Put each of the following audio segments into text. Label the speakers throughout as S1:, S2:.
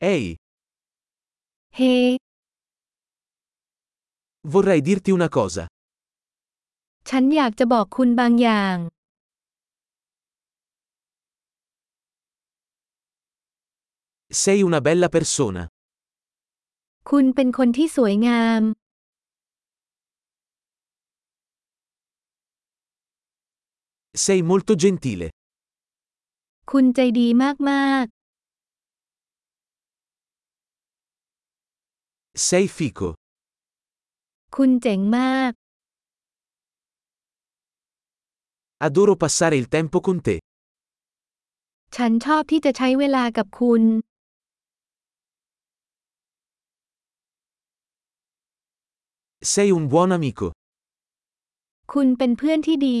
S1: Ehi,
S2: Hey,
S1: vorrei dirti una cosa.
S2: ฉันอยากจะบอกคุณบางอย่าง
S1: Sei una bella persona.
S2: คุณเป็นคนที่สวยงาม
S1: Sei molto gentile.
S2: คุณใจดีมากๆ
S1: Sei fico.
S2: คุณเจ๋งมาก
S1: Adoro passare il tempo con te.
S2: ฉันชอบที่จะใช้เวลากับคุณ
S1: Sei un buon amico.
S2: คุณเป็นเพื่อนที่ดี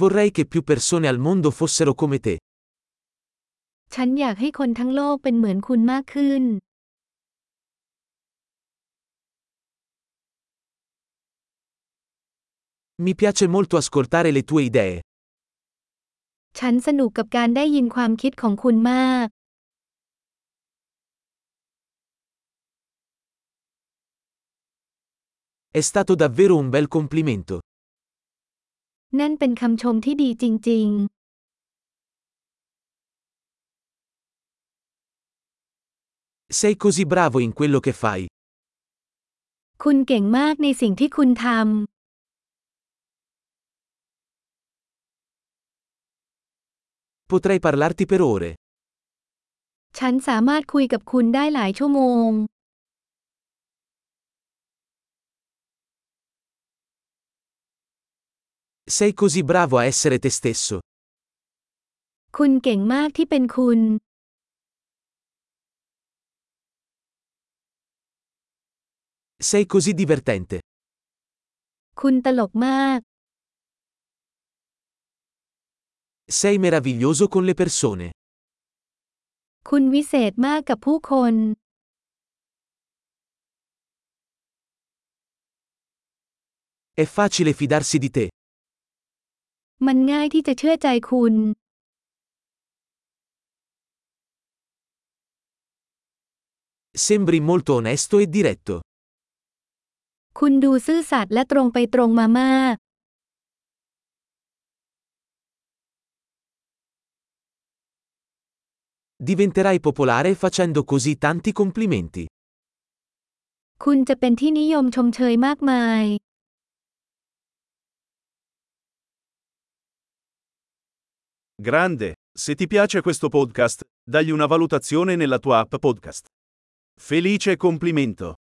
S1: Vorrei che più persone al mondo fossero come te.
S2: ฉันอยากให้คนทั้งโลกเป็นเหมือนคุณมากขึ้น
S1: Mi piace molto ascoltare le tue idee.
S2: ฉันสนุกกับการได้ยินความคิดของคุณมาก
S1: È stato davvero un bel complimento.
S2: นั่นเป็นคำชมที่ดีจริง
S1: Sei così bravo in quello che fai.
S2: ๆ คุณเก่งมากในสิ่งที่คุณทำ
S1: Potrei parlarti per ore.
S2: ฉันสามารถคุยกับคุณได้หลายชั่วโมง
S1: Sei così bravo a essere te stesso.
S2: คุณเก่งมากที่เป็นคุณ
S1: Sei così divertente.
S2: คุณตลกมาก
S1: Sei meraviglioso con le persone.
S2: คุณวิเศษมากกับผู้คน
S1: È facile fidarsi di te.
S2: มันง่ายที่จะเชื่อใจคุณ
S1: Sembri molto onesto e diretto.
S2: คุณดูซื่อสัตย์และตรงไปตรงมามาก
S1: Diventerai popolare facendo così tanti complimenti.
S2: คุณจะเป็นที่นิยมชมเชยมากมาย
S3: Grande, se ti piace questo podcast, dagli una valutazione nella tua app podcast. Felice complimento!